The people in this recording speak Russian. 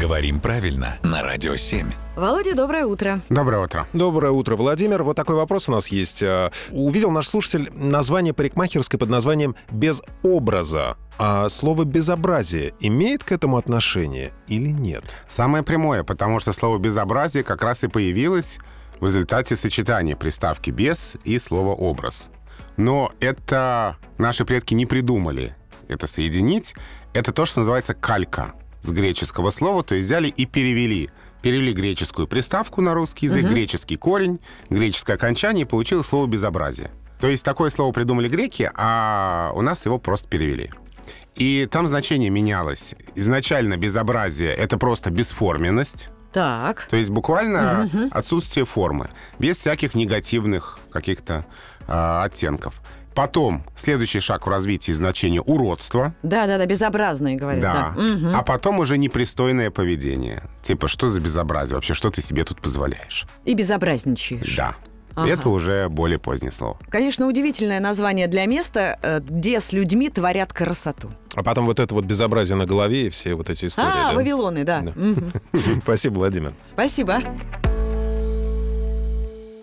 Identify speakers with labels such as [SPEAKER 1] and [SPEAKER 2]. [SPEAKER 1] Говорим правильно на Радио 7.
[SPEAKER 2] Володя, доброе утро.
[SPEAKER 3] Доброе утро.
[SPEAKER 4] Доброе утро, Владимир. Вот такой вопрос у нас есть. Э, Увидел наш слушатель название парикмахерской под названием «без образа». А слово «безобразие» имеет к этому отношение или нет?
[SPEAKER 3] Самое прямое, потому что слово «безобразие» как раз и появилось в результате сочетания приставки «без» и слова «образ». Но это наши предки не придумали это соединить. Это то, что называется «калька» с греческого слова, то есть взяли и перевели. Перевели греческую приставку на русский язык, греческий корень, греческое окончание, и получилось слово «безобразие». То есть такое слово придумали греки, а у нас его просто перевели. И там значение менялось. Изначально безобразие — это просто бесформенность,
[SPEAKER 2] Так.
[SPEAKER 3] то есть буквально отсутствие формы, без всяких негативных каких-то а, оттенков. Потом следующий шаг в развитии значения уродство,
[SPEAKER 2] Да-да-да, безобразные, говорят.
[SPEAKER 3] да,
[SPEAKER 2] М.
[SPEAKER 3] а потом уже непристойное поведение. Типа, что за безобразие вообще, что ты себе тут позволяешь?
[SPEAKER 2] И безобразничаешь.
[SPEAKER 3] Да,
[SPEAKER 2] Ага.
[SPEAKER 3] это уже более позднее слово.
[SPEAKER 2] Конечно, удивительное название для места, э, где с людьми творят красоту.
[SPEAKER 4] А потом вот это вот безобразие на голове и все вот эти истории.
[SPEAKER 2] а,
[SPEAKER 4] да?
[SPEAKER 2] Вавилоны, да.
[SPEAKER 4] Да.
[SPEAKER 2] Мгм.
[SPEAKER 4] Спасибо, Владимир.
[SPEAKER 2] Спасибо.